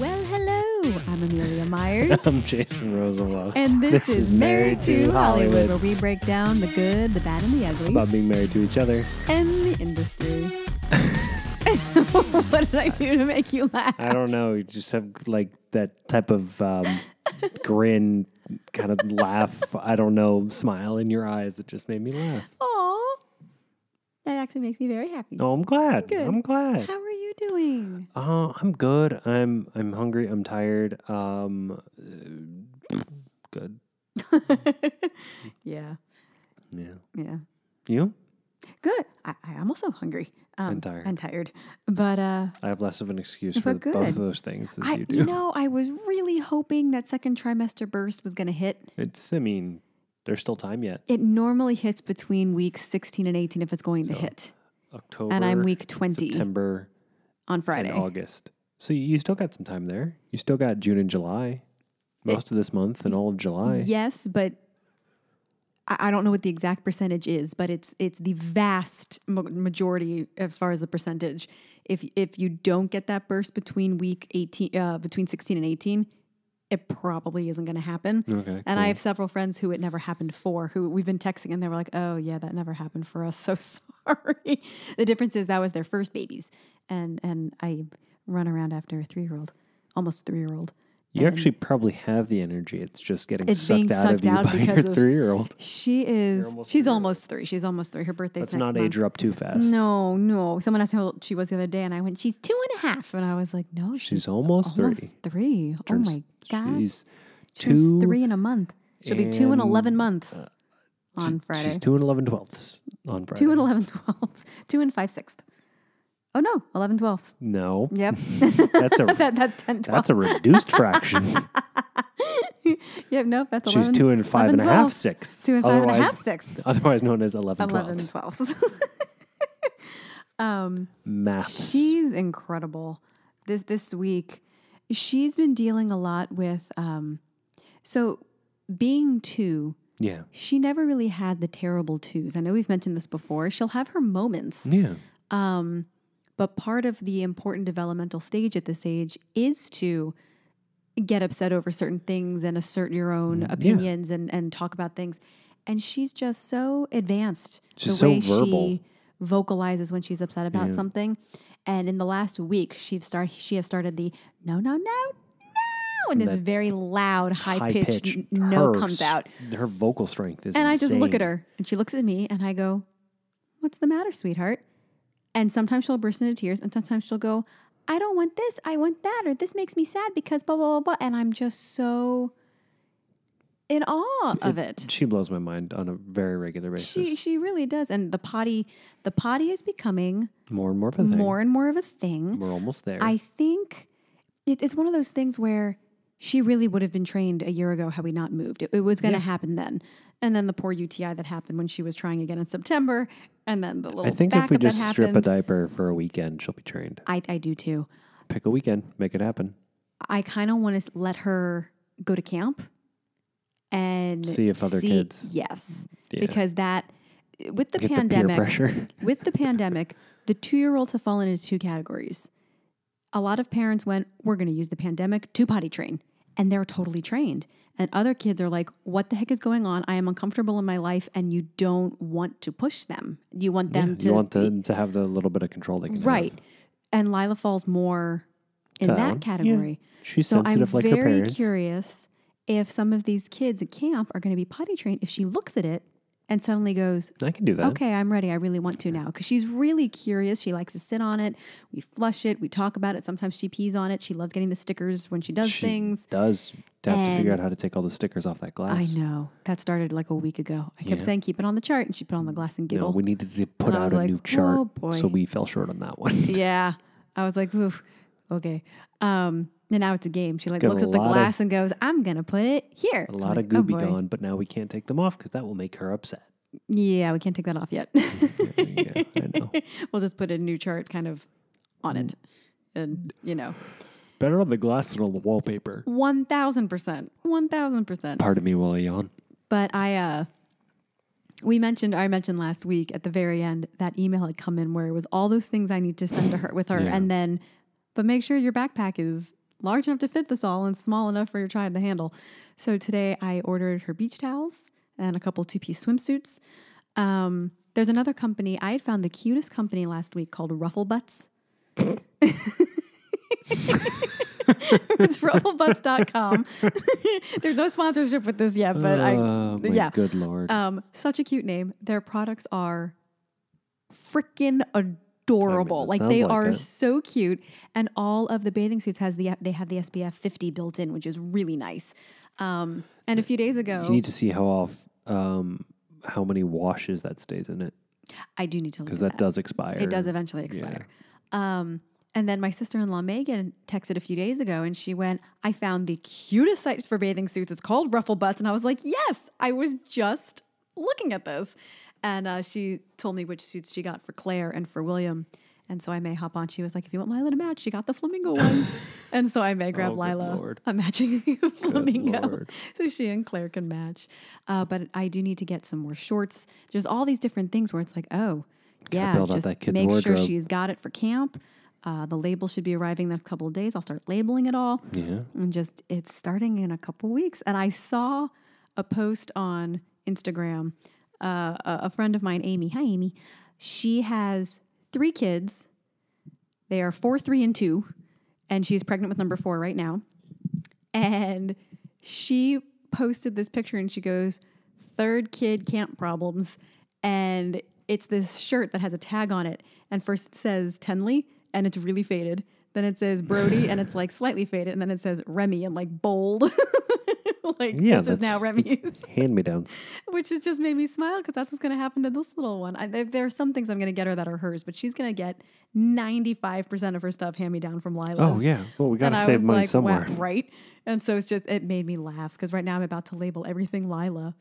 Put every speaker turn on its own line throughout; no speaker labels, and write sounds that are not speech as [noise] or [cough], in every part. Well, hello. I'm Amelia [laughs] Myers.
I'm Jason Rosenwald.
and this, is Married to Hollywood, where we break down the good, the bad, and the ugly,
About being married to each other.
and the industry. [laughs] what did I do to make you laugh?
I don't know. You just have like that type of um,
[laughs]
grin, kind of laugh. I don't know, smile in your eyes that just made me laugh.
Aw. That actually makes me very happy.
Oh, I'm glad.
Good.
I'm glad.
How are you doing?
Oh, I'm good. I'm I'm hungry. I'm tired. Um, uh, good.
yeah.
Yeah.
Yeah.
You?
Good. I, I, am also hungry. Um,
And tired.
And tired. But, uh,
I have less of an excuse for
But
the- both
good.
of those things than
I,
you do.
you know, I was really hoping that second trimester burst was going to hit.
it's. I mean, there's still time yet.
It normally hits between weeks 16 and 18 if it's going to hit.
October.
And I'm week 20
September.
on Friday.
and August. So you- you still got some time there. You still got June and July, most of this month and all of July.
Yes, but I, I don't know what the exact percentage is, but it's it's the vast ma- majority as far as the percentage. If if you don't get that burst between week 18 uh, between 16 and 18, it probably isn't going to happen.
Okay,
And I have several friends who it never happened for, who we've been texting and they were like, oh, yeah, that never happened for us. [laughs] So sorry. the difference is that was their first babies. And, and I run around after a three year old, almost three year old.
You actually probably have the energy. It's just getting
It's
sucked
being
out
sucked
of you
out
[laughs] by your
because of-
three year old.
She is,
almost
she's
three.
almost three. She's almost three. Her birthday's
Let's
next
not
month.
age her up too fast.
No, no. Someone asked me how old she was the other day, and I went, she's two and a half. And I was like, no, she's,
She's almost,
almost three.
three.
oh my gosh. She's,
She's two,
three in a month. She'll be two and
and, uh,
11 months on Friday.
She's two and 11 twelfths on Friday.
Two and 11 [laughs] twelfths. Two and five sixths. Oh no, 11 twelfths. [laughs]
no,
Yep.
that's a
that, that's 10 twelfths.
that's
[laughs]
a reduced fraction.
Yep, nope, that's 11.
She's two and five
11
and a half
twelfths.
sixths.
Two and five and a
Otherwise-
half sixths.
[laughs] Otherwise known as 11
11
twelfths.
twelfths. [laughs]
Maths.
She's incredible. This this week, she's been dealing a lot with um so being two,
yeah.
she never really had the terrible twos. I know we've mentioned this before. She'll have her moments.
Yeah.
But part of the important developmental stage at this age is to get upset over certain things and assert your own
Mm,
opinions and, and talk about things. And she's just so advanced.
She's
the
so
way
verbal.
she vocalizes when she's upset about something. And in the last week, she's start she has started the no no no no and this very loud high pitched
High-pitched,
no
her
comes
s-
out.
Her vocal strength is
And I just look at
insane.
her and she looks at me and I go, What's the matter, sweetheart? And sometimes she'll burst into tears and sometimes she'll go, I don't want this, I want that, or this makes me sad because blah, blah, blah, blah. And I'm just so in awe of it.
She blows my mind on a very regular basis.
She she really does. And the potty, the potty is becoming
more and more of a thing.
more and more of a thing.
We're almost there.
I think it, it's one of those things where she really would have been trained a year ago had we not moved. It, it was going to happen then. And then the poor UTI that happened when she was trying again in September, and then the little
I think if
backup
we just
that
strip a
happened.
diaper for a weekend, she'll be trained.
I, I do too.
Pick a weekend, make it happen.
I kind of want to let her go to camp and
See if other kids-
Yes,
Yeah.
because that with the
Get the peer
pandemic,
pressure. [laughs]
with the pandemic, the two year olds have fallen into two categories. A lot of parents went, We're going to use the pandemic to potty train. And they're totally trained. And other kids are like, What the heck is going on? I am uncomfortable in my life. And you don't want to push them. You want them to.
you want them to have the little bit of control they can have.
right. And Lila falls more in
Down. Yeah.
that category.
She's
so I'm
sensitive like her
very
parents.
curious if some of these kids at camp are going to be potty trained if she looks at it and suddenly goes,
I can do that.
okay, I'm ready. I really want to now because she's really curious. She likes to sit on it. We flush it. We talk about it. Sometimes she pees on it. She loves getting the stickers when she does
She
things.
does have to
And-
figure out how to take all the stickers off that
I
glass.
know that started like a week ago. I kept saying keep it on the chart, and she put on the glass and
No,
giggled.
Mm. we needed to put
And I
out
was
a
like,
new chart,
"Oh, boy."
so we fell short on that
[laughs]
one. [laughs]
yeah, I was like, Oof, okay. Um, and now it's a game. She like
got
looks
a
at the
lot of-
glass and goes, "I'm gonna put it here." "Oh,
a lot of goo be gone, but now we can't take them off because that will make her upset.
Yeah, we can't take that off yet.
Mm. yeah, I know.
[laughs] we'll just put a new chart kind of on it,
Mm.
and you know,
Better on the glass than on the wallpaper.
one thousand percent, one thousand percent.
Pardon me while I yawn.
But I, uh, we mentioned, I mentioned last week at the very end that email had come in where it was all those things I need to send to her with her.
Yeah.
And then, but make sure your backpack is large enough to fit this all and small enough for your child to handle. So today I ordered her beach towels and a couple two piece swimsuits. Um, there's another company. I had found the cutest company last week called Ruffle Butts. [laughs] it's rufflebutts.com. [laughs] There's no sponsorship with this yet, but
Oh,
I,
my
yeah.
good lord.
Um, such a cute name. Their products are freaking adorable.
it
like
sounds
they
like
are
it.
so cute, and all of the bathing suits has the they have the SPF 50 built in, which is really nice. Um, and a few days ago,
you need to see how off, um, how many washes that stays in it
I do need to look at
because that does expire.
It does eventually expire. Um, and then my sister in law Megan texted a few days ago, and she went, "I found the cutest sites for bathing suits. It's called Ruffle Butts," and I was like, "Yes, I was just looking at this." And uh, she told me which suits she got for Claire and for William. And so I may hop on. She was like, "If you want Lila to match, she got the
[laughs]
flamingo one." and so I may grab
Oh, good
Lila
Lord.
a matching [laughs] flamingo,
Lord.
[laughs] so she and Claire can match. Uh, but I do need to get some more shorts. There's all these different things where it's like, oh, yeah,
build out
just
that kid's
make sure
wardrobe.
she's got it for camp. Uh, the label should be arriving in a couple of days. I'll start labeling it all.
Yeah.
And just it's starting in a couple weeks. And I saw a post on Instagram. Uh, a, a friend of mine, Amy. Hi, Amy. She has three kids. They are four, three, and two, and she's pregnant with number four right now. And she posted this picture, and she goes, "Third kid camp problems," and it's this shirt that has a tag on it, and first it says Tenley, and it's really faded. Then it says Brody, and it's like slightly faded, and then it says Remy, and like bold. [laughs] like
Yeah.
this is
that's-
now Remy's
it's Hand-me-downs.
[laughs] which has just made me smile because that's what's going to happen to this little one. I, there, there are some things I'm going to get her that are hers, but she's going to get 95% of her stuff hand me down from Lila's.
Oh yeah. Well, we got
And
to
I
save
was
money
like, wow,
somewhere.
right? And so it's just, it made me laugh because right now I'm about to label everything Lila.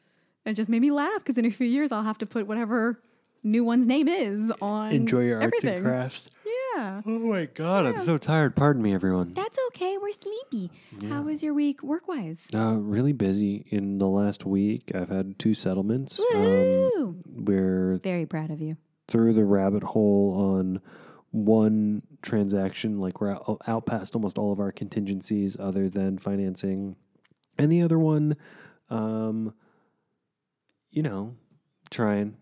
And it just made me laugh because in a few years I'll have to put whatever new one's name is on everything. [laughs]
crafts.
Yeah.
Oh my god, I'm so tired. Pardon me, everyone.
That's okay. We're sleepy. How was your week work wise?
Uh, really busy in the last week. I've had two settlements. Um,
Woo!
we're
Very proud of you.
through the rabbit hole on one transaction. Like we're out, out past almost all of our contingencies other than financing. And the other one, um, you know, trying,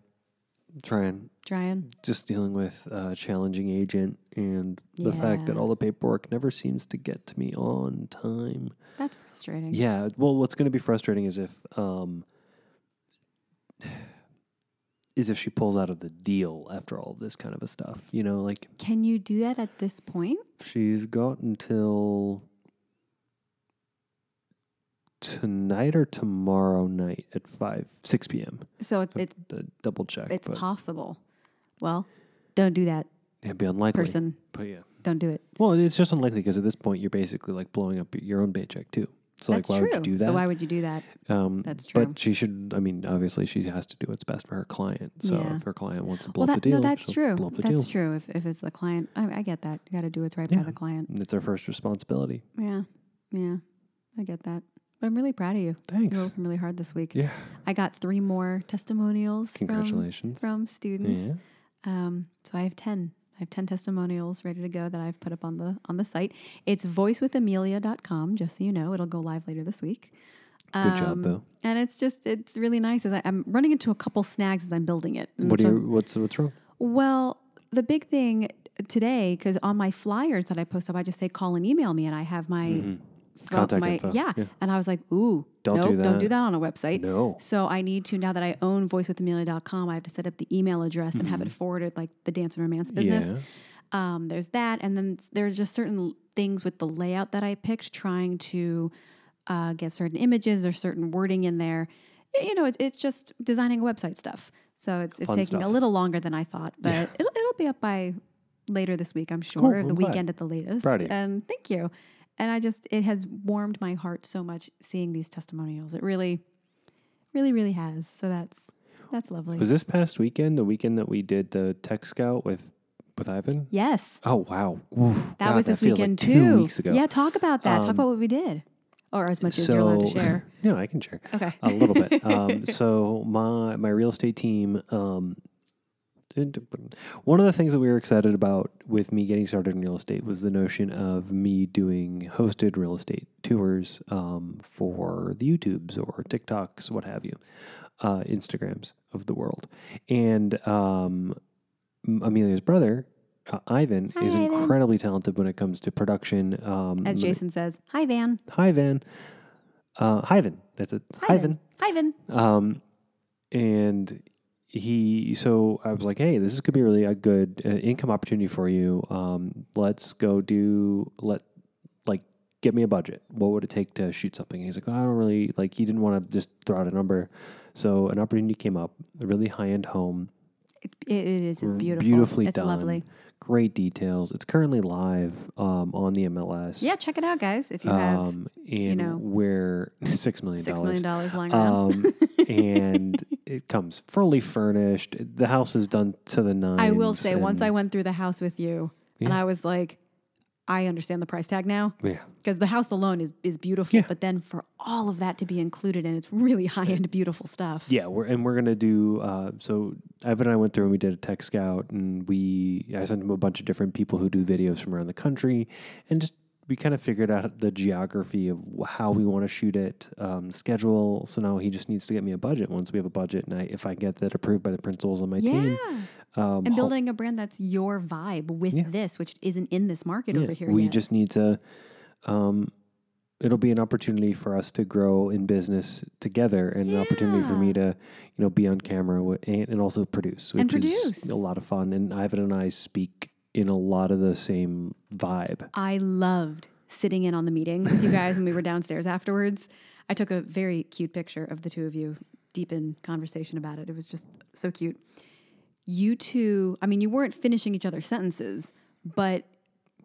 trying,
Trying.
just dealing with a challenging agent and the fact that
Yeah.
all the paperwork never seems to get to me on time.
That's frustrating.
Yeah. Well, what's going to be frustrating is if um, [sighs] is if she pulls out of the deal after all this kind of a stuff. You know, like
Can you do that at this point?
she's got until tonight or tomorrow night at five six p.m.
So it's it's
to double check.
it's
but
possible. Well, don't do that,
it'd be unlikely.
person.
But yeah.
Don't do it.
Well, it's just unlikely because at this point you're basically like blowing up your own paycheck too. So
That's
like, why
true.
would you do that?
So why would you do that?
um,
That's true.
But she should. I mean, obviously, she has to do what's best for her client. So
Yeah.
if her client wants to blow
Well,
up
that,
the deal,
no, that's
she'll
true.
Blow up the
That's
deal.
true. If if it's the client, I, I get that. You got to do what's right by
Yeah.
the client.
And It's her first responsibility.
Yeah, yeah, I get that. But I'm really proud of you.
Thanks.
You're working really hard this week.
Yeah.
I got three more testimonials. from-
Congratulations.
From, students.
Yeah.
Um, so I have ten. I have ten testimonials ready to go that I've put up on the on the site. It's voicewithamelia.com, just so you know. It'll go live later this week. Um,
Good job, Boo.
And it's just it's really nice. As I, I'm running into a couple snags as I'm building it. And
What do
so-
you? What's what's wrong?
Well, the big thing today, because on my flyers that I post up, I just say call and email me, and I have my phone-
Contact
my-
info,
Yeah.
yeah.
and I was like, ooh,
Mm-hmm. Don't
nope,
do
don't do
that.
that on a website.
No.
So I need to now that I own voicewithamelia.com, I have to set up the email address and have it forwarded like the dance and romance business.
Mm-hmm. Yeah.
Um, there's that, and then s- there's just certain l- things with the layout that I picked, trying to uh, get certain images or certain wording in there. Y- You know, it's, it's just designing website stuff, so it's it's
Fun
taking a
stuff.
little longer than I thought, but it'll it'll be up by later this week, I'm sure,
I'm
the
glad.
weekend at the latest.
Proud of you.
And thank you. And I just it has warmed my heart so much seeing these testimonials. It really, really, really has. So that's that's lovely.
Was this past weekend the weekend that we did the tech scout with with Ivan?
yes.
Oh wow, Oof,
That
God,
was this
feels like
weekend
two
too.
weeks ago. Um,
Yeah, talk about that. talk about what we did, or as much as you're allowed to
[laughs]
share.
No, I can share.
Okay. [laughs]
a little bit. Um, so my my real estate team um, One of the things that we were excited about with me getting started in real estate was the notion of me doing hosted real estate tours um, for the YouTubes or TikToks, what have you, uh, Instagrams of the world. And um, M- Amelia's brother, uh, Ivan,
Hi,
is
Ivan.
incredibly talented when it comes to production. Um,
As Jason says, hi, Van.
Hi, Van. Uh, Hyven. That's it.
Hi,
Hyven.
Hi, Van.
Um, and he, so I was like, hey, this could be really a good uh, income opportunity for you. Um, let's go do, let, like, get me a budget. What would it take to shoot something? he's like, oh, I don't really, like, he didn't want to just throw out a number. So an opportunity came up, a really high end home
It, it is. It's beautiful.
beautifully
it's
done.
lovely.
Great details. It's currently live um, on the MLS.
Yeah, check it out, guys, if you have
Um, and
know,
we're [laughs] six million
$6 million
dollars.
lying around.
Um,
[laughs]
and it comes fully furnished. The house is done to the nines.
I will say, once I
and-
went through the house with you, and
Yeah.
I was like, I understand the price tag now
yeah,
because the house alone is, is beautiful.
Yeah.
But then for all of that to be included and it's really high end, beautiful stuff.
yeah, we're and we're gonna do. Uh, so Evan and I went through and we did a tech scout, and we I sent him a bunch of different people who do videos from around the country, and just we kind of figured out the geography of wh- how we want to shoot it, um, schedule. So now he just needs to get me a budget. Once we have a budget, and I, if I get that approved by the principals on my team, um,
And building a brand that's your vibe with this, which isn't in this market over
Yeah,
here
We
yet.
just need to. Um, it'll be an opportunity for us to grow in business together, and an opportunity for me to, you know, be on camera wi- and, and also produce, which
And
is
produce.
a lot of fun. And Ivan and I speak in a lot of the same vibe.
I loved sitting in on the meeting with you guys when we were downstairs afterwards. I took a very cute picture of the two of you deep in conversation about it. It was just so cute. You two, I mean, you weren't finishing each other's sentences, but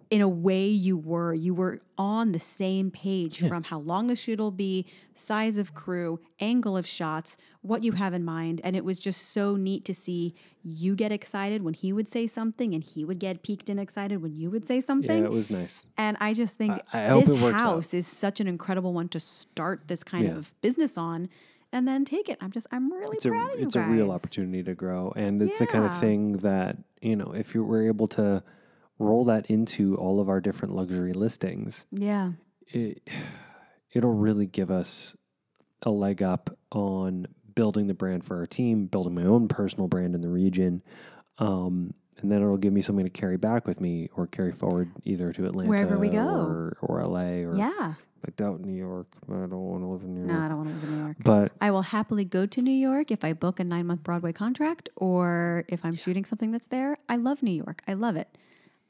in a way you were. You were on the same page from how long the shoot will be, size of crew, angle of shots, what you have in mind. And it was just so neat to see you get excited when he would say something and he would get peaked and excited when you would say something.
Yeah, it was nice.
And I just think
I- I hope
this
it works out.
house is such an incredible one to start this kind
Yeah.
of business on, and then take it. I'm just I'm really
It's
proud
a
of you
it's a real
guys.
opportunity to grow, and it's the kind of
Yeah.
thing that you know if you were able to roll that into all of our different luxury listings.
Yeah,
it it'll really give us a leg up on building the brand for our team, building my own personal brand in the region. Um, and then it'll give me something to carry back with me or carry forward either to Atlanta
Wherever we go.
or, or LA or
yeah.
I doubt New York. I don't want to live in New York.
No, I don't want to live in New York.
But
I will happily go to New York if I book a nine month Broadway contract or if I'm shooting something that's there. I love New York. I love it.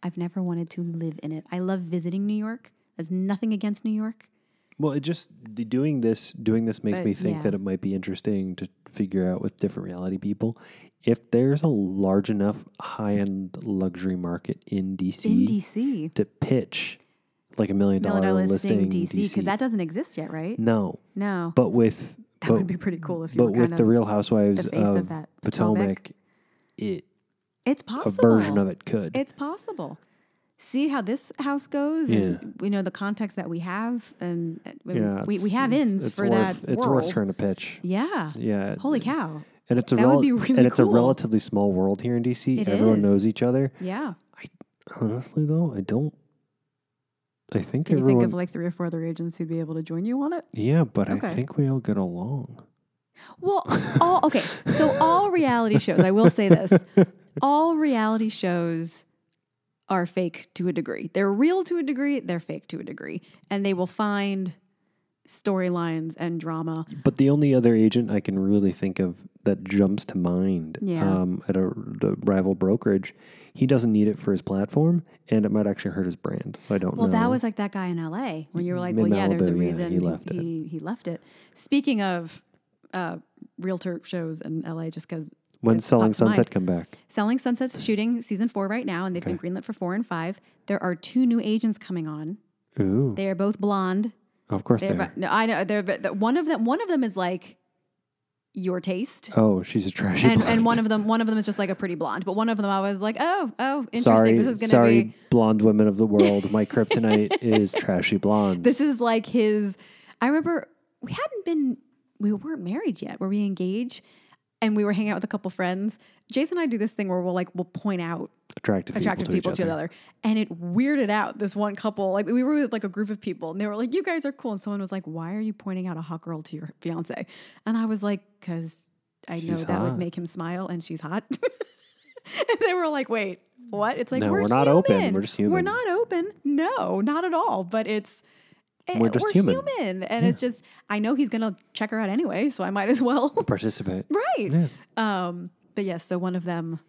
I've never wanted to live in it. I love visiting New York. There's nothing against New York.
well, it just the- doing this doing this makes
But,
me think
yeah.
that it might be interesting to figure out with different reality people if there's a large enough high end luxury market in DC.
In DC,
to pitch like a million
million dollar
dollar listing
listing DC because that doesn't exist yet, right?
no,
No,
but with
that
but,
would be pretty cool if you
but
were kind
with
of
the Real Housewives
the face
of,
of that
Potomac,
Potomac.
it
It's
a
possible.
version of it could.
It's possible. See how this house goes, and we know the context that we have, and uh, we-
yeah,
we, we
it's-
have
it's-
ins
it's
for
worth,
that.
It's
world.
worth trying to pitch.
Yeah.
Yeah,
Holy cow.
and it's a
that would
rel-
be really
and it's
cool.
a relatively small world here in DC.
It
Everyone
is.
knows each other.
Yeah.
Honestly, though, I don't. I think
Can you
everyone.
think of like three or four other agents who'd be able to join you on it?
yeah, but I
Okay.
think we all get along. [laughs]
Well, all okay. So all reality shows, I will say
[laughs]
this. All reality shows are fake to a degree. They're real to a degree, they're fake to a degree. And they will find storylines and drama.
But the only other agent I can really think of that jumps to mind
Yeah.
um, at a, the rival brokerage, he doesn't need it for his platform, and it might actually hurt his brand. So I don't
Well,
know.
that was like that guy in LA when you were like,
In
well, yeah, there's a
Malibu, yeah,
reason
he left it.
he, he left it. Speaking of uh, realtor shows in LA, just because
when
that
selling
popped to mind.
Sunset come back.
Selling Sunset's shooting season four right now, and they've been greenlit for four and five. There are two new agents coming on.
Ooh,
They are both blonde.
of course they
They're,
are.
bo- no, I know. They're but the- one of them. One of them is like your taste,
Oh, she's a trashy.
and
blonde.
and one of them one of them is just like a pretty blonde. But one of them, I was like, oh, oh, interesting.
sorry,
this is gonna
sorry,
be.
blonde women
[laughs]
of the world. My kryptonite is trashy blondes.
This is like his. I remember we hadn't been. We weren't married yet. Were we engaged? and we were hanging out with a couple friends. Jason and I do this thing where we'll like we'll point out
Attractive,
attractive people, to,
each
the other. And it weirded out this one couple. Like we were with like a group of people and they were like, You guys are cool. And someone was like, Why are you pointing out a hot girl to your fiance? And I was like, Cause I know
She's
that
hot.
would make him smile and she's hot. [laughs] and they were like, Wait, what? It's like
No,
we're,
we're not open.
human.
We're just
We're
human.
not open. No, not at all. But it's eh,
We're just human.
human. And it's just I know he's gonna check her out anyway, so I might as well. [laughs]
Participate.
right.
Yeah.
Um, but yes, so one of them,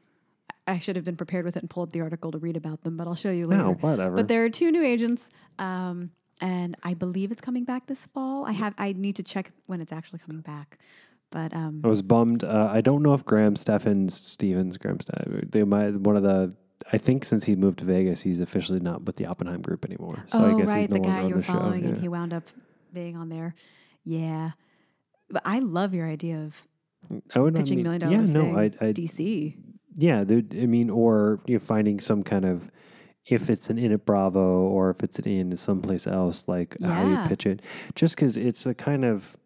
I should have been prepared with it and pull up the article to read about them, but I'll show you later.
No, whatever.
But there are two new agents, um, and I believe it's coming back this fall. I have I need to check when it's actually coming back, but um,
I was bummed. Uh, I don't know if Graham Steffens, Stevens, Graham Steffens, they might one of the. I think since he moved to Vegas, he's officially not with the Oppenheim group anymore. So
oh
I guess
right,
he's no
the guy
longer
you
on the
were
show.
following, and
yeah.
he wound up being on there. Yeah, but I love your idea of
I would not
pitching
mean-
million
Yeah,
dollars.
no, I, I,
DC.
yeah, there- I mean, or you know, finding some kind of if it's an Inn at Bravo or if it's an Inn someplace else, like how
Yeah.
you pitch it, just because it's a kind of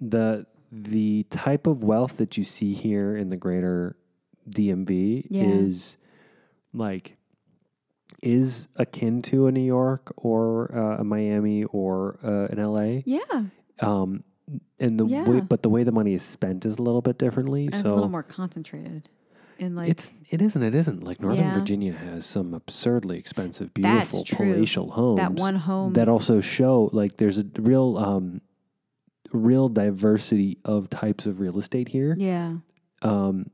the the type of wealth that you see here in the greater DMV
Yeah.
is like is akin to a New York or uh, a Miami or uh, an LA.
Yeah,
Um, and the
Yeah.
way, but the way the money is spent is a little bit differently.
and it's a
so
little more concentrated. In like
it's it isn't it isn't like Northern
Yeah.
Virginia has some absurdly expensive,
That's
beautiful
true.
palatial homes
that one home
that also show like there's a real um real diversity of types of real estate here
Yeah.
um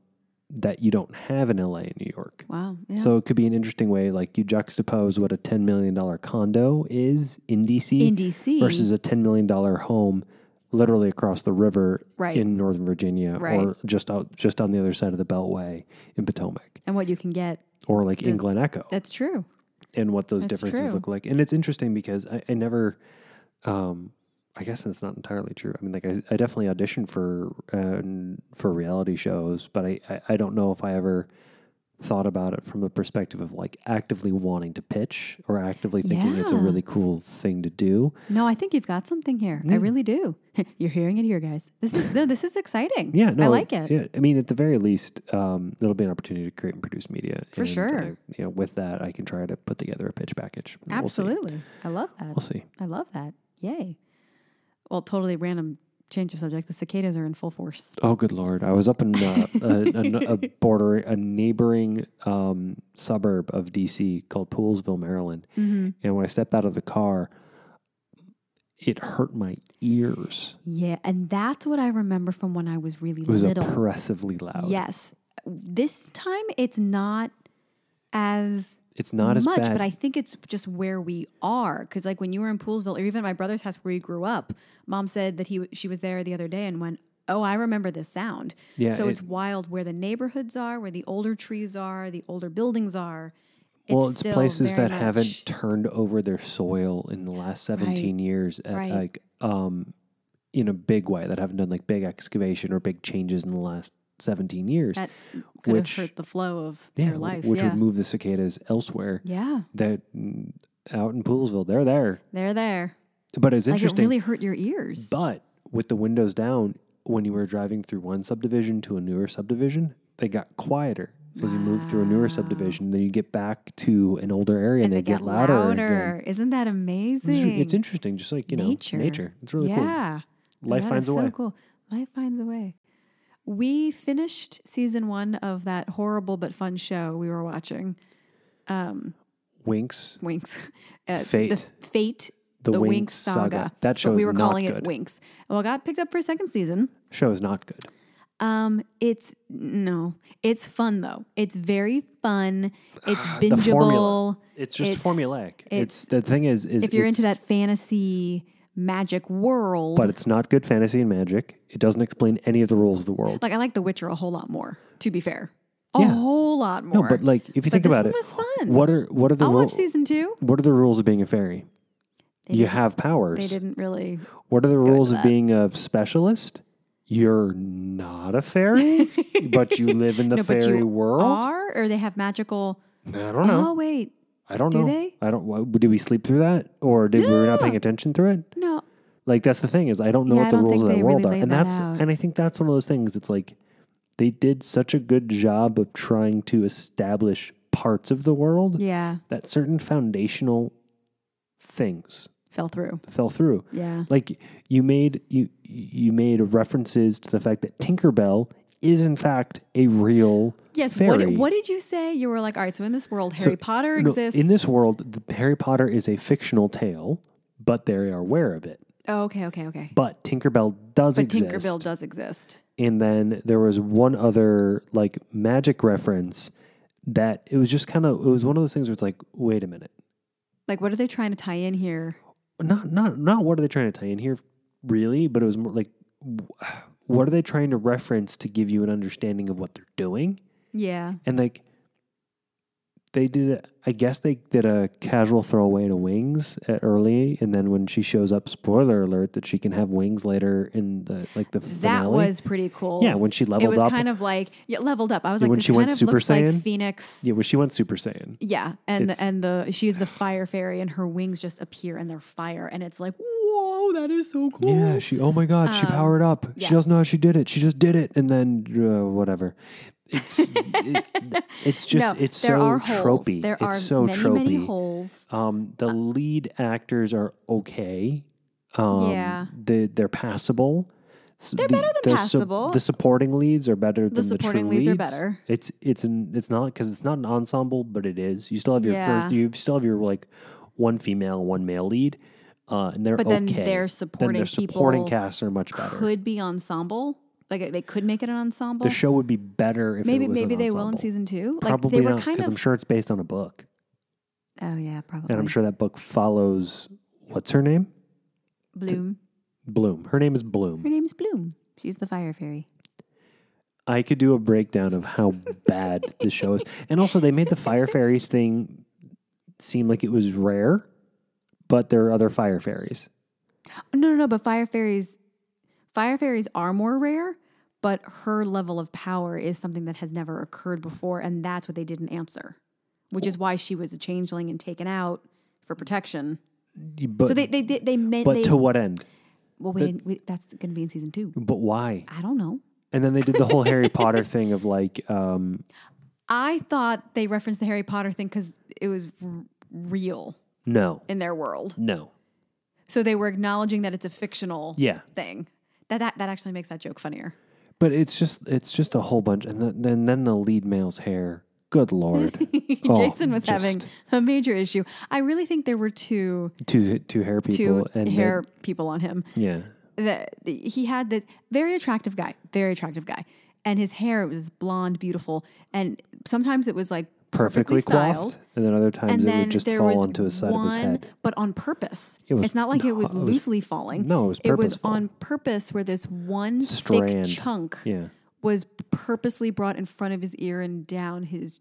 that you don't have in LA and New York.
Wow. Yeah.
So it could be an interesting way, like you juxtapose what a ten million dollar condo is in DC
in DC
versus a ten million dollar home literally across the river
right,
in Northern Virginia or
Right.
just out just on the other side of the Beltway in Potomac
and what you can get.
or like in
Does-
Glen Echo
That's true.
and what those
That's
differences
true.
look like. And it's interesting because I, I never, um, I guess it's not entirely true. I mean, like I, I definitely auditioned for um, for reality shows, but I, I I don't know if I ever thought about it from the perspective of like actively wanting to pitch or actively thinking it's a
Yeah.
really cool thing to do.
No, I think you've got something here. I really do. [laughs] You're hearing it here, guys. This is no, this is exciting.
Yeah, no,
I like it.
Yeah, I mean, at the very least, um, it'll be an opportunity to create and produce media
For
And, uh,
sure.
you know, with that, I can try to put together a pitch package. We'll see.
Absolutely. I love that.
We'll see.
I love that. Yay. Well, totally random change of subject. The cicadas are in full force.
Oh, good lord! I was up in uh,
[laughs]
a, a, a border, a neighboring um, suburb of DC called Poolsville, Maryland,
Mm-hmm.
and when I stepped out of the car, it hurt my ears.
Yeah, and that's what I remember from when I was really
It was
little.
oppressively loud.
yes. This time it's not as
it's not as
much,
bad.
but I think it's just where we are. Because like when you were in Poolsville, or even at my brother's house where you grew up, mom said that he she was there the other day and went, "Oh, I remember this sound."
Yeah,
so
it-
it's wild where the neighborhoods are, where the older trees are, the older buildings are.
well, it's
still
places
very
that
much-
haven't turned over their soil in the last seventeen years, at,
Right.
like um, in a big way, that haven't done like big excavation or big changes in the last seventeen years.
that could
which-
have hurt the flow of
yeah,
their life.
which
yeah,
would move the cicadas elsewhere.
yeah,
that mm, out in Poolsville, they're there.
they're there.
But it's
Like it
interesting.
really hurt your ears.
but with the windows down, when you were driving through one subdivision to a newer subdivision, they got quieter as you move through a newer subdivision. Then you get back to an older area and,
Ah. and
they, get, louder. again.
Isn't that amazing?
It's, it's interesting, just like you know, nature.
Nature.
It's really
yeah.
cool. Life
That
finds
is
a
so
way.
cool. Life finds a way. We finished season one of that horrible but fun show we were watching,
Winks,
Winks. [laughs] Uh,
Fate.
The Fate.
The
The,
Winx
Winx
Saga.
Saga.
That show
but we
is
were
not
calling
good.
it Winks. Well, it got picked up for a second season.
show is not good.
Um, it's no, it's fun though. It's very
[sighs]
fun. It's bingeable.
The formula. It's just
It's-
formulaic. It's,
it's-
the thing is, is
If you're into
it's-
that fantasy magic world,
but it's not good fantasy and magic. It doesn't explain any of the rules of the world.
like I like The Witcher a whole lot more. To be fair, a
Yeah.
whole lot more.
No, but like if you think
this
about
one
it,
was fun.
what are what are the
I'll watch
rules?
season two.
What are the rules of being a fairy? you have
They
powers.
didn't really.
What are the rules of being a specialist? You're not
[laughs]
a fairy, but you live in the
No, but
fairy
you
world.
Are or they have magical?
I don't know.
Oh wait,
I don't
do
know.
they?
I don't. wha- Did we sleep through that, or did we were not paying attention through it?
no.
Like that's the thing is I don't know
Yeah,
what
I
the
don't
rules
think
of that
they
world
really
are,
laid
and
that
that's
out.
and I think that's one of those things. It's like they did such a good job of trying to establish parts of the world
Yeah.
that certain foundational things
Fell through.
fell through.
Yeah.
Like you made you you made references to the fact that Tinkerbell is in fact a real
Yes. What,
fairy.
did- what did you say? You were like, all right, so in this world, Harry Potter
No,
exists.
in this world, the, Harry Potter is a fictional tale, but they are aware of it.
Oh, okay, okay, okay.
But Tinkerbell does
But
exist.
Tinkerbell does exist.
and then there was one other like magic reference that it was just kind of it was one of those things where it's like wait a minute
Like, what are they trying to tie in here?
not not not what are they trying to tie in here really but it was more like wh- what are they trying to reference to give you an understanding of what they're doing
Yeah.
and like they did a, i guess they did a casual throwaway to wings at early and then when she shows up spoiler alert that she can have wings later in the like the
That
finale.
was pretty cool.
yeah when she
It
leveled
was
up
kind of like yeah, leveled up. I was
Yeah,
like,
when
this
she
kind
went
of
Super
looks
Saiyan?
like Phoenix. Yeah,
yeah when she went super saiyan
and
It's-
the, and the she's the fire fairy, and her wings just appear and they're fire, and it's like, whoa, that is so cool.
Yeah, she. Oh my God, she powered up. She
Um, yeah.
doesn't know how she did it. She just did it, and then uh, whatever.
[laughs]
It's it- it's just
no,
it's
there
so
are holes.
tropey.
There
it's
are
so
many
tropey.
many holes. Uh,
Um, the lead actors are okay. Um,
Yeah.
they they're passable. They're
better than passable.
the supporting leads are better than the
supporting
true
leads are
leads.
better.
It's it's an it's not because it's not an ensemble, but it is. You still have your
Yeah.
first. You still have your like one female, one male lead, uh, and they're
But
okay.
then their
then their
supporting
supporting
people
casts are much better.
Could be ensemble. Like they could make it an ensemble.
the show would be better if
maybe
it was an
maybe they will in
ensemble.
season two.
Probably
like they were
not,
kind
because
of.
I'm sure it's based on a book,
oh yeah, probably.
and I'm sure that book follows what's her name,
Bloom.
Bloom. Her name is Bloom.
Her name's Bloom. She's the fire fairy.
I could do a breakdown of how bad the show is. And also, they made the fire fairies thing seem like it was rare, but there are other fire fairies.
No, no, no. But fire fairies, fire fairies are more rare. But her level of power is something that has never occurred before, and that's what they didn't answer, which
Oh.
is why she was a changeling and taken out for protection.
But,
So they they they, they meant
but
they
to what end?
well we didn't we, that's going to be in season two.
But why?
I don't know.
And then they did the
[laughs]
whole Harry Potter thing of like, um,
I thought they referenced the Harry Potter thing because it was r- real
no,
in their world,
no.
so they were acknowledging that it's a fictional
Yeah.
thing. That, that that actually makes that joke funnier. [laughs]
But it's just it's just a whole bunch, and then and then the lead male's hair.
[laughs]
Good lord, Oh,
Jason was having
just
a major issue. I really think there were two
two two hair people
two
and they-
hair people on him.
yeah,
The, the- he had this very attractive guy, very attractive guy, and his hair was blonde, beautiful, and sometimes it was like
perfectly,
perfectly, styled.
coiffed, and then other times
And
it
then
would just
there
fall
was
onto his side
one,
of his head.
but on purpose.
was-
it's not like
no,
it was
it was-
loosely falling.
no, it was
it was
purposeful.
on purpose where this one
Strand.
thick chunk
Yeah,
was purposely brought in front of his ear and down his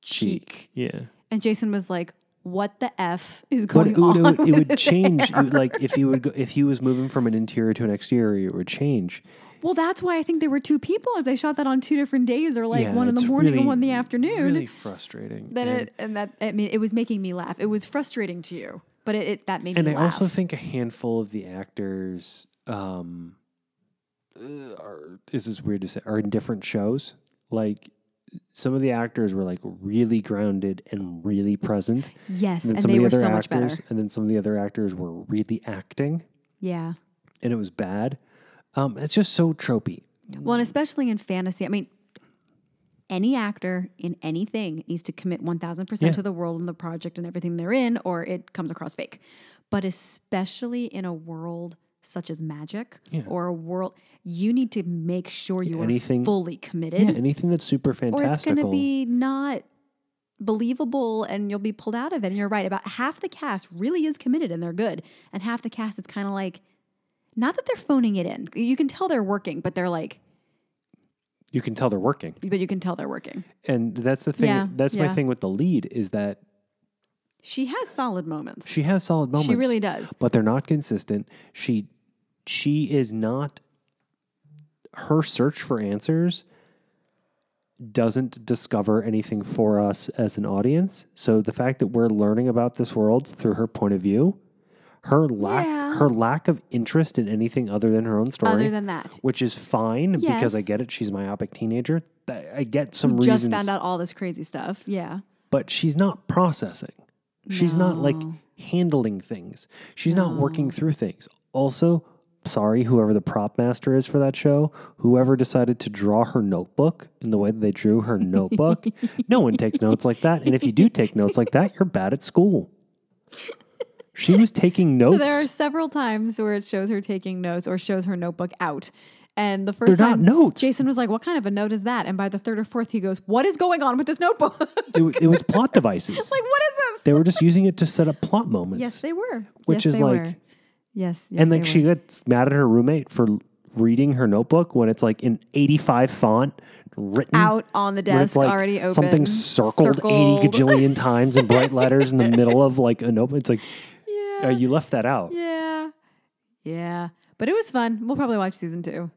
cheek.
yeah.
And Jason was like, "What the f is
But
going
it would, it
on?"
would, it
with
would
this [laughs]
change. It
hair?"
would, like if he would go, if he was moving from an interior to an exterior, it would change.
Well, that's why I think there were two people. If they shot that on two different days, or like
Yeah,
one in the
it's
morning
really-
and one in the afternoon,
Really frustrating.
then
and,
it and that I mean, it was making me laugh. It was frustrating to you, but it, it that made
and
me
I
laugh.
also think a handful of the actors um, uh, are. This is weird to say. Are in different shows. Like some of the actors were like really grounded and really present.
yes,
And,
and
then some
they
of the
were
other
so much
actors,
better.
and then some of the other actors were really acting,
Yeah.
and it was bad. Um, it's just so tropey.
Well, and especially in fantasy, I mean, any actor in anything needs to commit 1000%
Yeah.
to the world and the project and everything they're in, or it comes across fake. But especially in a world such as magic or a world, you need to make sure you
anything-
are fully committed,
Yeah, anything that's
or
super
it's going
fantastical.
to be not believable and you'll be pulled out of it. And you're right, about half the cast really is committed and they're good. And half the cast, it's kind of like, not that they're phoning it in. You can tell they're working, but they're like,
you can tell they're working.
but you can tell they're working.
And that's the thing.
Yeah,
that's my
yeah.
thing with the lead is that
She has solid moments.
she has solid moments.
She really does.
but they're not consistent. She she is not her search for answers doesn't discover anything for us as an audience. So the fact that we're learning about this world through her point of view, Her lack
Yeah.
her lack of interest in anything other than her own story.
Other than that,
which is fine because I
Yes.
get it. She's a myopic teenager. I I get some
who
reasons,
just found out all this crazy stuff. Yeah.
but she's not processing. She's not like
No.
handling things. She's not working through things. Also, sorry, whoever the prop master is for that show, whoever decided to draw her notebook in the way that they drew
[laughs]
her notebook, no one takes notes like that. And if you do take notes like that, you're bad at school. She was taking notes.
[laughs] So there are several times where it shows her taking notes or shows her notebook out. And the 1st
They're not
time,
notes.
Jason was like, "What kind of a note is that?" And by the third or fourth, he goes, "What is going on with this notebook? [laughs] like, what
it, wa- it was
[laughs]
plot devices.
is this?"
they were just using it to set up plot moments.
yes, they were. Yes,
Which is
they
like-
were. yes, yes,
and
they
like she
were.
gets mad at her roommate for l- reading her notebook when it's like in 85 font written
out on the
when
desk
it's like
already open,
something circled, 80
Circled.
gajillion times in bright letters in the middle
[laughs]
of like a notebook it's like
Yeah,
uh, you left that out
yeah, yeah. But it was fun. We'll probably watch season two.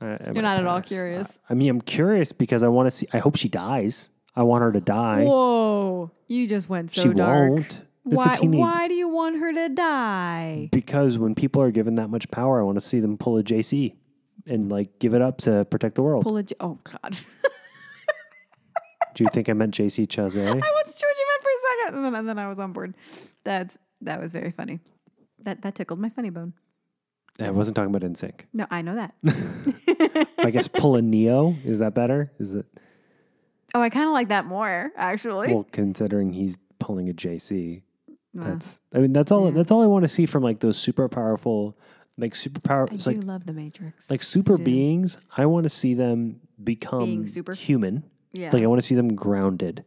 I- I might
You're not at all
pass.
curious.
I, I mean i'm curious because i want to see i hope she dies i want her to die
Whoa, you just went so
she
dark.
won't it's
Why?
a teenage
Why do you want her to die?
because when people are given that much power i want to see them pull a jc and like give it up to protect the world
Pull a j- oh God. [laughs]
do you think i meant
[laughs]
jc chazé
I was sure what you meant for a second, and then, and then I was on board. That's that was very funny. That that tickled my funny bone.
i wasn't talking about insync
No, I know
[laughs]
that.
I guess pull a Neo. Is that better? Is it
oh, I kind of like that more actually.
well considering he's pulling a JC?
Wow.
That's I mean that's all that's all I want to see from like those super powerful like super power
I
it's
do
like
love the Matrix.
like super
do.
beings. I want to see them become
Being super?
human.
yeah, Oh.
Like I want to see them grounded.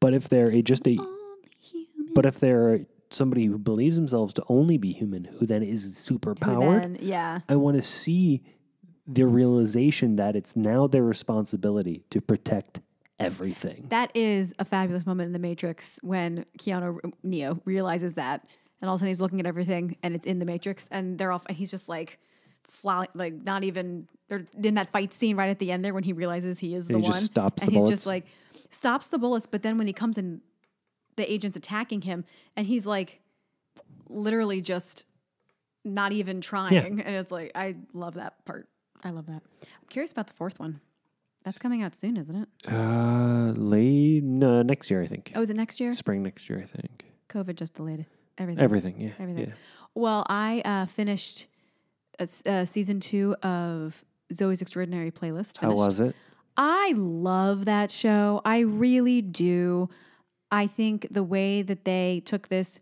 But if they're a, just a
only human.
but if they're somebody who believes themselves to only be human, who then is super
Who
powered,
then- yeah,
I want to see the realization that it's now their responsibility to protect everything.
that is a fabulous moment in the Matrix when Keanu Neo realizes that, and all of a sudden he's looking at everything, and it's in the Matrix, and they're off, and he's just like. Fly, like not even they're in that fight scene right at the end there when he realizes he is the
he
one
just stops
and
the
he's
bullets.
just like stops the bullets but then when he comes in the agent's attacking him and he's like literally just not even trying and it's like i love that part i love that i'm curious about the fourth one that's coming out soon isn't it
Uh, late no, next year I think.
oh is it next year
Spring next year I think.
covid just delayed everything
Everything, yeah,
Everything.
yeah.
well i uh, finished uh, s- uh, season two of zoe's extraordinary playlist
How
finished.
was it?
I love that show. I really do. I think the way that they took this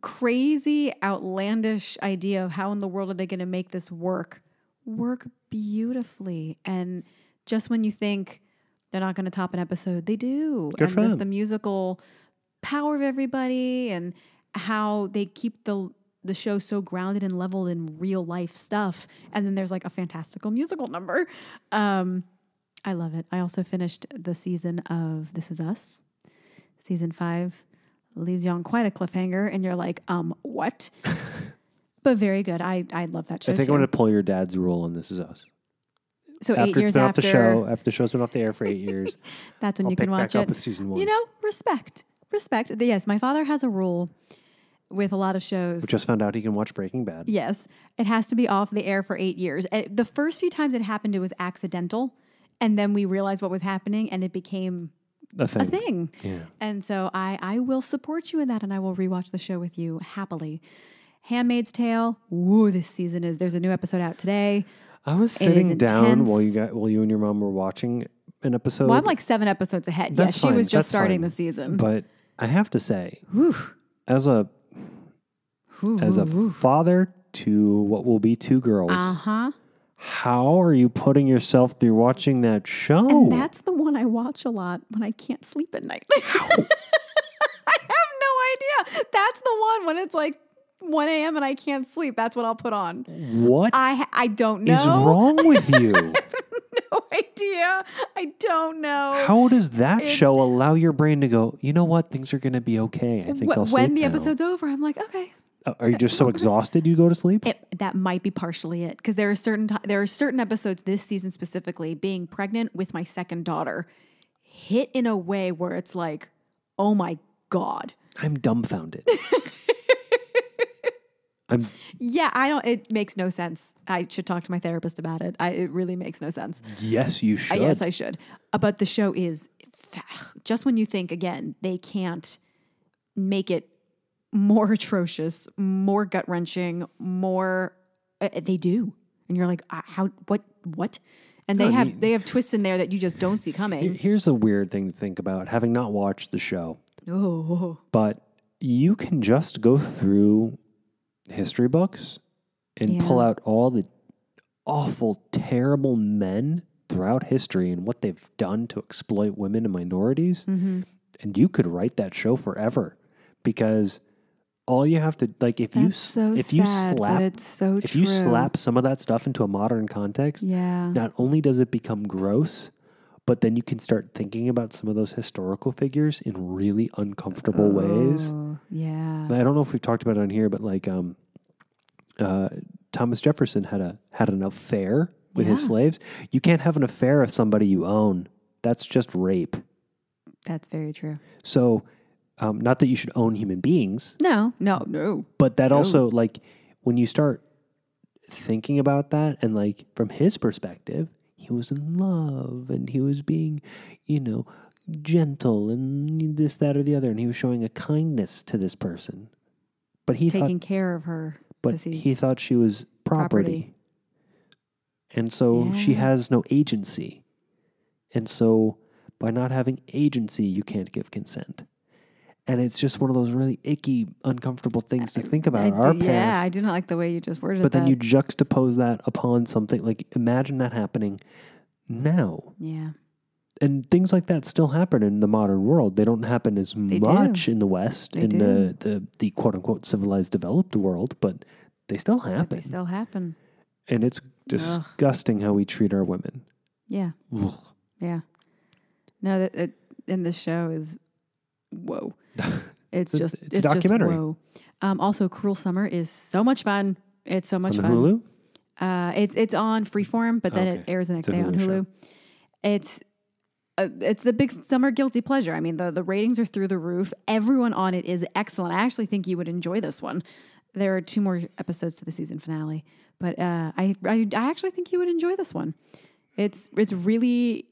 crazy, outlandish idea of how in the world are they going to make this work work beautifully. And just when you think they're not going to top an episode, they do.
Good
and
for
just
them.
the musical power of everybody and how they keep the the show so grounded and leveled in real life stuff. And then there's like a fantastical musical number. Um, I love it. I also finished the season of This Is Us. Season five leaves you on quite a cliffhanger, and you're like, um,
[laughs]
what? but very good. I I love that show.
I think
too.
I'm gonna pull your dad's rule on This Is Us.
so eight
After it's
years
been off
after
the show, after the show's been off the air for eight years,
that's when [laughs]
I'll
you
pick
can
back
watch
up
it.
with season one.
You know, respect, respect. The- Yes, my father has a rule with a lot of shows.
Just found out he can watch Breaking Bad.
Yes, it has to be off the air for eight years. And the first few times it happened, it was accidental, and then we realized what was happening, and it became
A thing.
a thing.
Yeah.
And so I I will support you in that and I will rewatch the show with you happily. Handmaid's Tale. Woo, this season is there's a new episode out today.
I was sitting down while
intense.
you got while you and your mom were watching an episode.
Well, I'm like seven episodes ahead.
That's
yeah,
fine,
she was
that's
just starting
fine.
the season.
but I have to say,
Whew.
as a as a father to what will be two girls,
Uh-huh.
how are you putting yourself through watching that show?
And that's the one I watch a lot when I can't sleep at night. I [laughs] have no idea. That's the one when it's like 1 a.m. and I can't sleep. That's what I'll put on.
what
I ha- I don't know.
is wrong with you?
[laughs] No idea. I don't know.
How does that
It's-
show allow your brain to go, you know what, things are going to be okay? I think
Wh-
I'll sleep.
when the
now."
episode's over, I'm like, okay,
Uh, Are you just
[laughs]
so exhausted you go to sleep?
it, that might be partially it because there are certain ti there are certain episodes this season specifically being pregnant with my second daughter hit in a way where it's like, oh my god, [laughs]
I'm dumbfounded. I'm
Yeah, I don't. It makes no sense. I should talk to my therapist about it. I, it really makes no sense.
yes, you
I
should.
yes, I should. Uh, but the show is fa- just when you think again, they can't make it more atrocious, more gut wrenching, more. Uh, uh, they do, and you're like, uh, how? What? What? And they
I
have
mean-
they have twists in there that you just don't see coming.
Here's a weird thing to think about, having not watched the show,
[laughs] Oh,
but you can just go through history books and
Yeah.
pull out all the awful, terrible men throughout history and what they've done to exploit women and minorities.
Mm-hmm.
And you could write that show forever because all you have to like if you
That's so
if you
sad, but
slap
it's so
if you
true.
slap some of that stuff into a modern context,
yeah.
not only does it become gross, but then you can start thinking about some of those historical figures in really uncomfortable ways.
Oh, yeah.
I don't know if we've talked about it on here, but like um, uh, Thomas Jefferson had a had an affair with his
Yeah.
slaves. You can't have an affair with somebody you own. That's just rape.
That's very true.
So, um, not that you should own human beings,
No, no, no.
but that also like when you start thinking about that and like from his perspective he was in love and he was being you know gentle and this that or the other and he was showing a kindness to this person but he thought
Taking care of her.
but
'cause he-
he thought she was property,
Property.
and so she
Yeah.
has no agency and so by not having agency you can't give consent and it's just one of those really icky uncomfortable things to think about
I
our
do-
past
yeah, I do not like the way you just worded
but then
that.
you juxtapose that upon something like imagine that happening now
yeah.
and things like that still happen in the modern world they don't happen as
do.
much in the west
They
in the, the the quote unquote civilized developed world but they still
But
happen
they still happen.
and it's disgusting how we treat our women
Yeah. Yeah. No, that it, and this show is
[laughs]
whoa. It's,
a-
just
it's a
it's, just
documentary.
whoa. Um, also, Cruel Summer is so much fun. It's so much
on the
fun.
hulu
Uh, it's it's on Freeform, but then it
Okay.
airs the next
It's a
day on
Hulu show.
Hulu. It's uh, it's the big summer guilty pleasure. I mean, the the ratings are through the roof. Everyone on it is excellent. I actually think you would enjoy this one. There are two more episodes to the season finale, but uh, I, I I actually think you would enjoy this one. It's it's really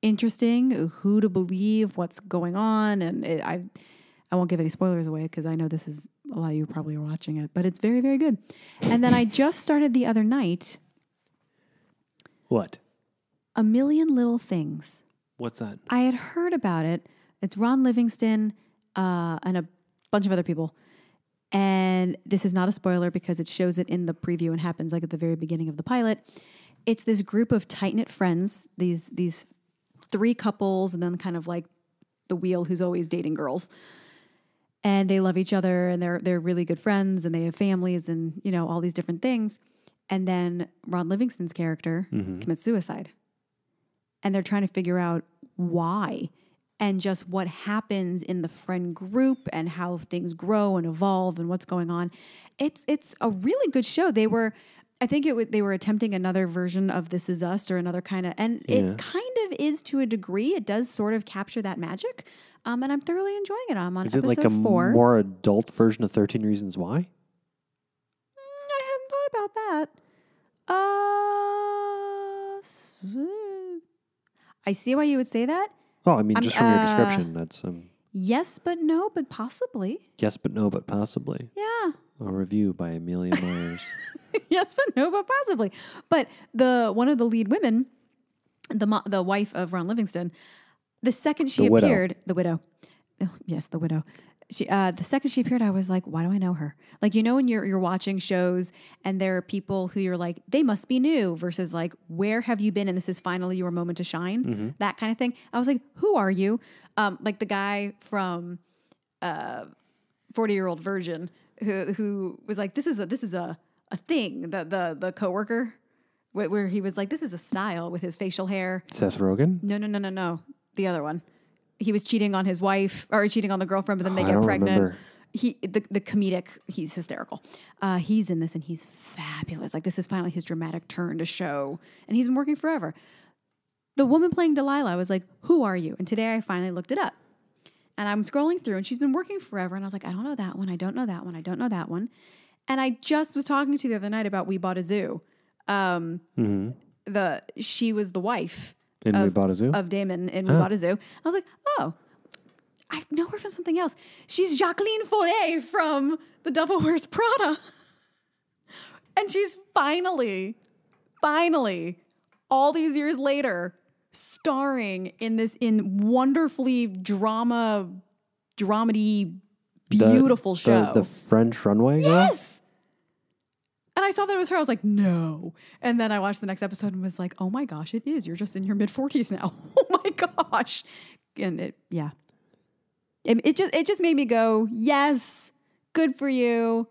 interesting who to believe, what's going on, and it, I I won't give any spoilers away because I know this is a lot of you probably are watching it, but it's very very good. And then I just started the other night
what
a Million Little Things.
what's that
I had heard about it. It's Ron Livingston uh, and a bunch of other people. And this is not a spoiler because it shows it in the preview and happens like at the very beginning of the pilot. It's this group of tight knit friends, these these three couples, and then kind of like the wheel who's always dating girls. And they love each other and they're they're really good friends and they have families and you know, all these different things. And then Ron Livingston's character commits suicide and they're trying to figure out why and just what happens in the friend group and how things grow and evolve and what's going on. It's it's a really good show. They were I think it was they were attempting another version of This Is Us or another kind of and
Yeah.
it kind of is to a degree. It does sort of capture that magic. Um, and I'm thoroughly enjoying it. I'm on
is it
episode
like a
four.
more adult version of 13 reasons why
Mm, I hadn't thought about that. Uh, s- I see why you would say that.
oh i mean
I'm-
just from your
uh,
description that's um
Yes, but no, but possibly.
yes but no but possibly
Yeah.
a review by amelia
[laughs]
myers
yes, but no, but possibly. But the one of the lead women, the mo- the wife of Ron Livingston, the second she
The widow.
appeared, the widow. Oh, yes, the widow. She, uh, the second she appeared, I was like, "Why do I know her?" Like you know, when you're you're watching shows and there are people who you're like, "They must be new," versus like, "Where have you been?" And this is finally your moment to shine.
Mm-hmm.
That kind of thing. I was like, "Who are you?" Um, like the guy from 40 year old virgin who who was like this is a this is a a thing the the the coworker where, where he was like this is a style with his facial hair
seth rogen
no no no no no the other one he was cheating on his wife or cheating on the girlfriend but then they
I
get
don't
pregnant
remember.
he the, the comedic he's hysterical uh, he's in this and he's fabulous like this is finally his dramatic turn to show and he's been working forever the woman playing delilah was like who are you and today i finally looked it up and I'm scrolling through, and she's been working forever. And I was like, I don't know that one. I don't know that one. I don't know that one. And I just was talking to you the other night about we bought a zoo. Um,
Mm-hmm.
the she was the wife
And we bought a zoo.
of Damon in We Bought a Zoo. And I was like, oh, I know her from something else. She's Jacqueline Foyer from The Devil Wears Prada. [laughs] and she's finally, finally, all these years later, starring in this in wonderfully drama, dramedy,
The-
beautiful
the-
show.
The, French runway girl.
Yes. And I saw that it was her. I was like, no. And then I watched the next episode and was like, oh my gosh, it is. You're just in your mid 40s now. [laughs] oh my gosh. And it, yeah. It, it just it just made me go, yes, good for you.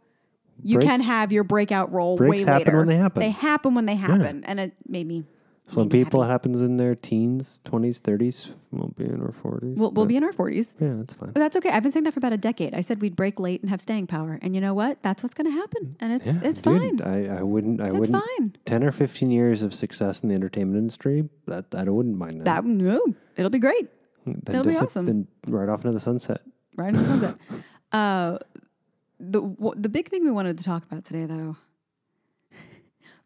You
Break-
can have your breakout role
Breaks
way
happen
later.
when they happen.
They happen when they happen. And it made me.
Some
made me
people
happy.
it happens in their teens, twenties, thirties. Won't be in our forties.
We'll, we'll be in our 40s.
Yeah, that's fine.
But that's okay. I've been saying that for about a decade. I said we'd break late and have staying power. And you know what? That's what's going to happen. And it's
Yeah,
it's fine.
dude, I, I wouldn't. I
It's
wouldn't.
fine.
Ten or fifteen years of success in the entertainment industry. That I wouldn't mind that.
That no, it'll be great.
then
that'll be
disap-
awesome.
Then right off into the sunset.
Right into the sunset. [laughs] uh, the wh- the big thing we wanted to talk about today, though. [laughs]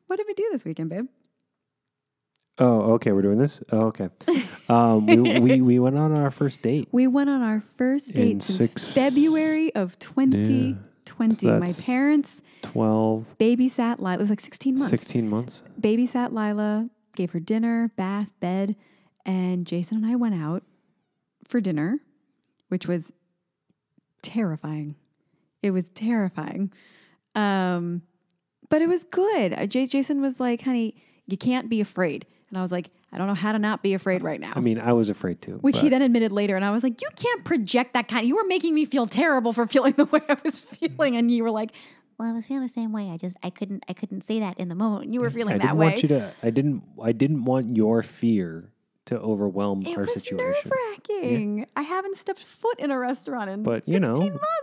what did we do this weekend, babe?
Oh, okay. We're doing this.
[laughs]
Oh, okay. Um, we, we we went on our first date.
We went on our first date
In
since
six-
February of 2020. My
That's-
parents
12,
babysat Lila. It was like 16 months.
16 months.
Babysat Lila, gave her dinner, bath, bed, and Jason and I went out for dinner, which was terrifying. It was terrifying. Um, but it was good. Uh, J- Jason was like, honey, you can't be afraid. And I was like, I don't know how to not be afraid right now.
I mean, I was afraid too.
which he
but
Oh. then admitted later. And I was like, you can't project that kind. You were making me feel terrible for feeling [laughs] the way I was feeling. And you were like,
Well, I was feeling the same way. I just I couldn't I couldn't say that in the
"Oh,
moment. and You were
I
feeling
didn't
that way.
want you to. I didn't. I didn't want your fear to overwhelm
it
our
was
situation.
nerve wracking. I haven't stepped foot in a restaurant in
But,
16
you know,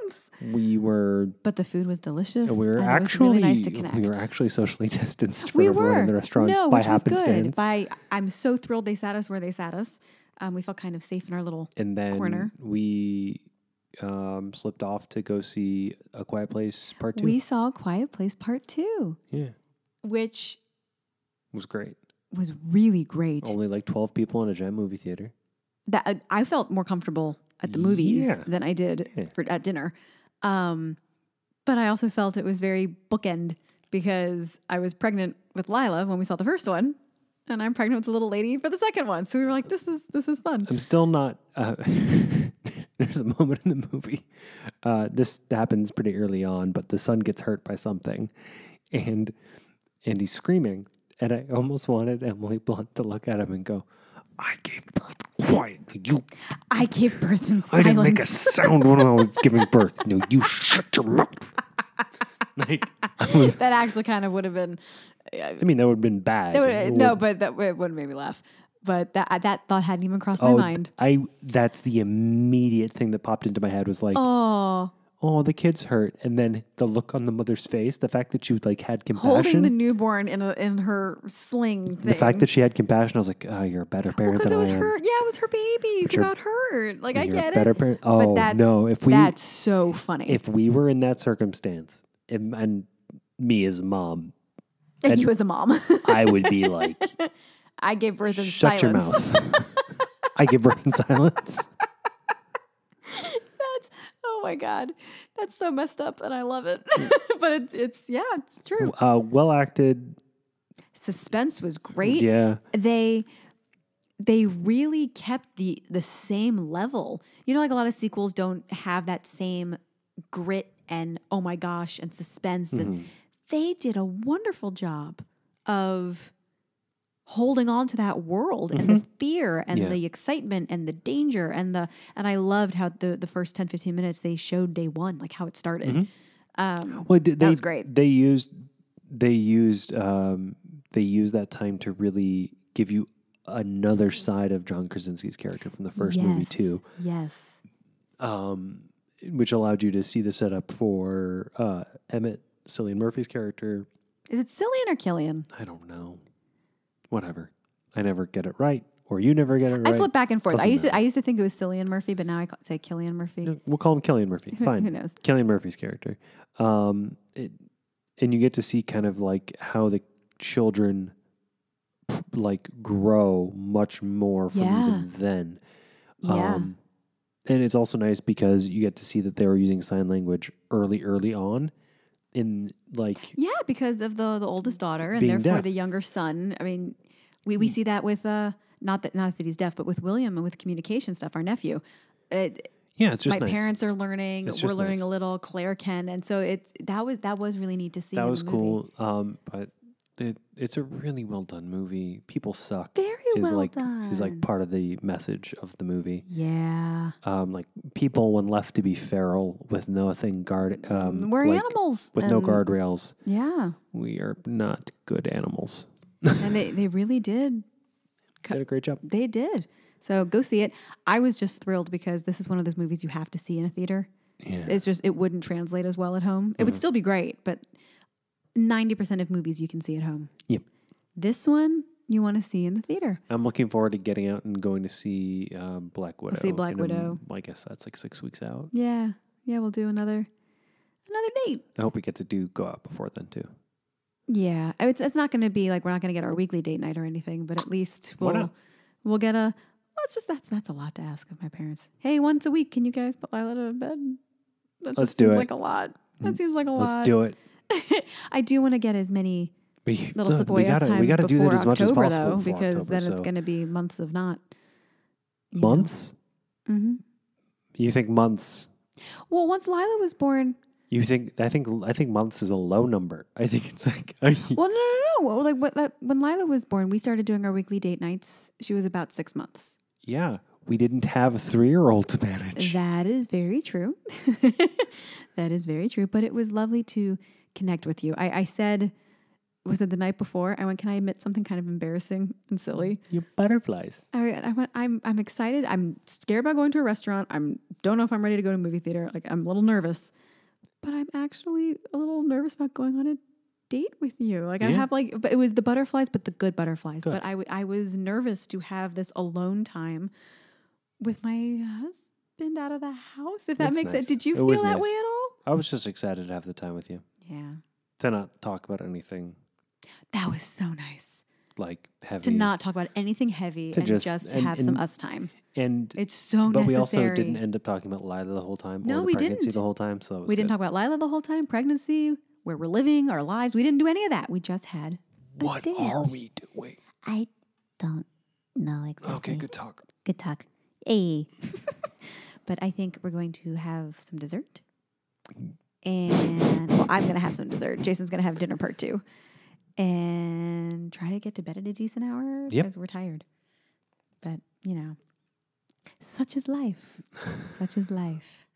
months.
we were
But the food was delicious.
we were
and
actually
it was really nice to connect.
we were actually socially [laughs] distanced for
We
everyone
were.
in the restaurant
no,
by
which was
happenstance.
good. By I'm so thrilled they sat us where they sat us. Um, we felt kind of safe in our little.
and then
corner.
we um, slipped off to go see A Quiet Place Part Two.
We saw Quiet Place Part Two,
yeah, it
which
was great.
was really great.
Only like twelve people in a giant movie theater.
that uh, I felt more comfortable at the movies
Yeah.
than I did
Yeah.
for at dinner. Um, but I also felt it was very bookend because I was pregnant with Lila when we saw the first one, and I'm pregnant with the little lady for the second one. So we were like, "This is this is fun."
I'm still not. Uh, [laughs] there's a moment in the movie. Uh, this happens pretty early on, but the son gets hurt by something, and and he's screaming. And I almost wanted Emily Blunt to look at him and go, "I gave birth quietly. You,
I gave birth in
I didn't make a
silence.
sound when I was giving birth. No,
[laughs]
you shut your mouth." Like, I, was,
[laughs] that actually kind of would have been
I mean, that would have been bad.
that would,
It
no,
would-
but that would have made me laugh. But that that thought hadn't even crossed
oh,
my mind.
I. That's the immediate thing that popped into my head was like,
Oh,
oh, the kid's hurt. And then the look on the mother's face, the fact that she like had
holding
compassion,
the
the,
newborn in a, in her sling. Thing.
fact that she had compassion, I was like, oh, you're a better parent
Because
than
it was
I am.
her. Yeah, it was her baby
But
who
you're-
got hurt. Like I
you're
get
a better
it.
parent.
but
Oh
that's
no, if we
that's so funny.
if we were in that circumstance, and, and me as a mom,
and,
and-
you as a mom, [laughs]
I would be like,
I gave birth in
shut
silence.
your mouth. I give birth in silence. [laughs]
that's [laughs] oh my god, that's so messed up, and I love it.
Mm.
[laughs] but it's it's yeah, it's true.
Uh, well acted.
Suspense was great.
Yeah.
They they really kept the the same level. You know, like a lot of sequels don't have that same grit and oh my gosh and suspense
Mm-hmm.
and they did a wonderful job of holding on to that world and the fear and
Mm-hmm. Yeah.
the excitement and the danger and the and I loved how the the first 10 15 minutes they showed day 1 like how it started.
Mm-hmm.
Um
Well, d- they,
was great.
They used they used um, they used that time to really give you another side of John Krasinski's character from the first movie
yes,
too, Um,
Yes.
which allowed you to see the setup for uh, Emmett Cillian Murphy's character.
Is it Cillian or Killian?
I don't know, whatever. I never get it right, or you never get it right.
I flip back and forth.
Doesn't
I used to I used to think it was Cillian Murphy, but now I ca- say Killian Murphy. [laughs]
We'll call him Killian Murphy. Fine.
who knows?
Killian Murphy's character. Um, it, and you get to see kind of like how the children like grow much more from
Yeah.
even then. Um,
Yeah.
and it's also nice because you get to see that they were using sign language early, early on, in like
Yeah, because of the the oldest daughter and
Being
therefore
deaf. Mm.
the younger son. I mean, we, we see that with uh not that not that he's deaf, but with William and with communication stuff, our nephew. It,
yeah, it's
my
just nice.
parents are learning.
It's
We're
just
learning
nice.
a little. Claire can, and so it's that was that was really neat to see.
that
in
was
the movie.
cool. Um, but it, it's a really well done movie. People suck.
Very
is
well
like
done.
is like part of the message of the movie.
Yeah,
Um, like people when left to be feral with nothing guard. Um,
we're
like,
animals
with no
and-
guardrails.
Yeah,
We are not good animals.
and they they really did
Did a great job.
They did. So go see it. I was just thrilled because this is one of those movies you have to see in a theater.
Yeah. Mm-hmm.
It's just it wouldn't translate as well at home. It would still be great, but 90% of movies you can see at home.
Yep.
This one you want to see in the theater.
I'm looking forward to getting out and going to see um, Black Widow.
see Black
in a m-
Widow.
I guess that's like six weeks out.
Yeah. Yeah, we'll do another another date.
I hope we get to do go out before then too.
Yeah. I- It's it's not going to be like we're not going to get our weekly date night or anything, but at least
Why
we'll
not?
we'll get a well, it's just that's that's a lot to ask of my parents. Hey, once a week, can you guys put Lila to bed? That
Let's
just
do
seems
it. Mm.
like a lot. That seems like a lot.
Let's do it.
I do want to get as many
We,
little
look,
Sequoia
gotta-
time
gotta
before October,
possible
though,
before
because
October,
then
so-
it's going to be months of not. you know.
months.
Mhm.
You think months?
Well, once Lila was born,
You think? I think. I think months is a low number. I think it's like. a-
well, no, no, no, no. Well, like what, that, when Lila was born, we started doing our weekly date nights. She was about six months.
yeah, we didn't have a three-year-old to manage.
That is very true. [laughs] that is very true. But it was lovely to connect with you. I, I said, was it the night before? I went, can I admit something kind of embarrassing and silly?
Your butterflies.
I, I went, I'm I'm excited. I'm scared about going to a restaurant. I'm don't know if I'm ready to go to a movie theater. Like I'm a little nervous, but I'm actually a little nervous about going on a date with you. Like I
Yeah.
have like, but it was the butterflies, but the good butterflies.
Good.
But I w- I was nervous to have this alone time with my husband out of the house. If that
That's
makes
nice.
sense, did you
It
feel
was
that
nice.
way at all?
I was just excited to have the time with you.
Yeah,
To not talk about anything
that was so nice
like heavy.
to not talk about anything heavy
To
and
just-
just,
and-
have some
and-
us time.
And
It's so necessary.
but we also didn't end up talking about Lila the whole time.
No,
or the
we
pregnancy
didn't.
The whole time, so that was
We didn't
good.
talk about Lila the whole time, pregnancy, where we're living, our lives. We didn't do any of that. We just had.
What
date.
are we doing?
I don't know exactly.
Okay, good talk.
Good talk.
[laughs]
Hey.
But I think we're going to have some dessert. And well, I'm going to have some dessert. Jason's going to have dinner part two. And try to get to bed at a decent hour
Yep.
because we're tired. But, you know, such is
[laughs]
life. such is life.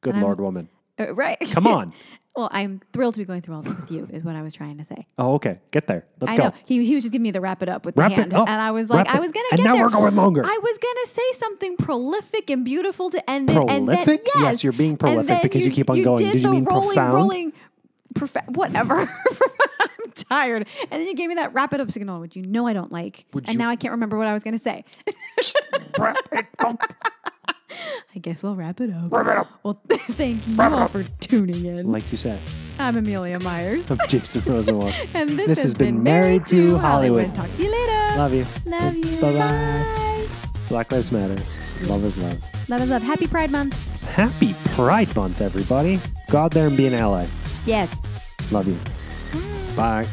Good
And I'm-
lord, woman.
Uh, [laughs] right.
Come on.
well, I'm thrilled to be going through all this with you, is what I was trying to say.
Oh, okay. Get there. Let's
I
go.
know. He, he was just giving me the wrap it up with
Wrap
the
it
hand.
up.
And I was like,
Wrap
I
it.
was going to
And
get
now
there.
we're going longer.
I was going to say something prolific and beautiful to end it. And then,
Prolific?
yes.
Yes, you're being
And
prolific
then
because you keep on
you
going.
Did
Did you
the
mean
rolling,
profound?
Rolling, profa- whatever. [laughs] I'm tired. And then you gave me that wrap it up signal, which you know I don't like.
Would
and
you-
now I can't remember what I was going to say. [laughs]
Wrap it up.
I guess we'll wrap it up. Wrap it up. Well, [laughs] thank you all for tuning in.
[laughs] like you said,
I'm Amelia
[laughs]
Myers.
I'm Jason
[laughs]
Rosenwald.
And this,
This
has,
has been Married to Hollywood.
Talk to you later.
Love you.
Love you.
Bye-bye.
Bye.
Black Lives Matter. Love is love.
Love is love. Happy Pride Month.
Happy Pride Month, everybody. Go out there and be an ally.
Yes.
Love you. Bye.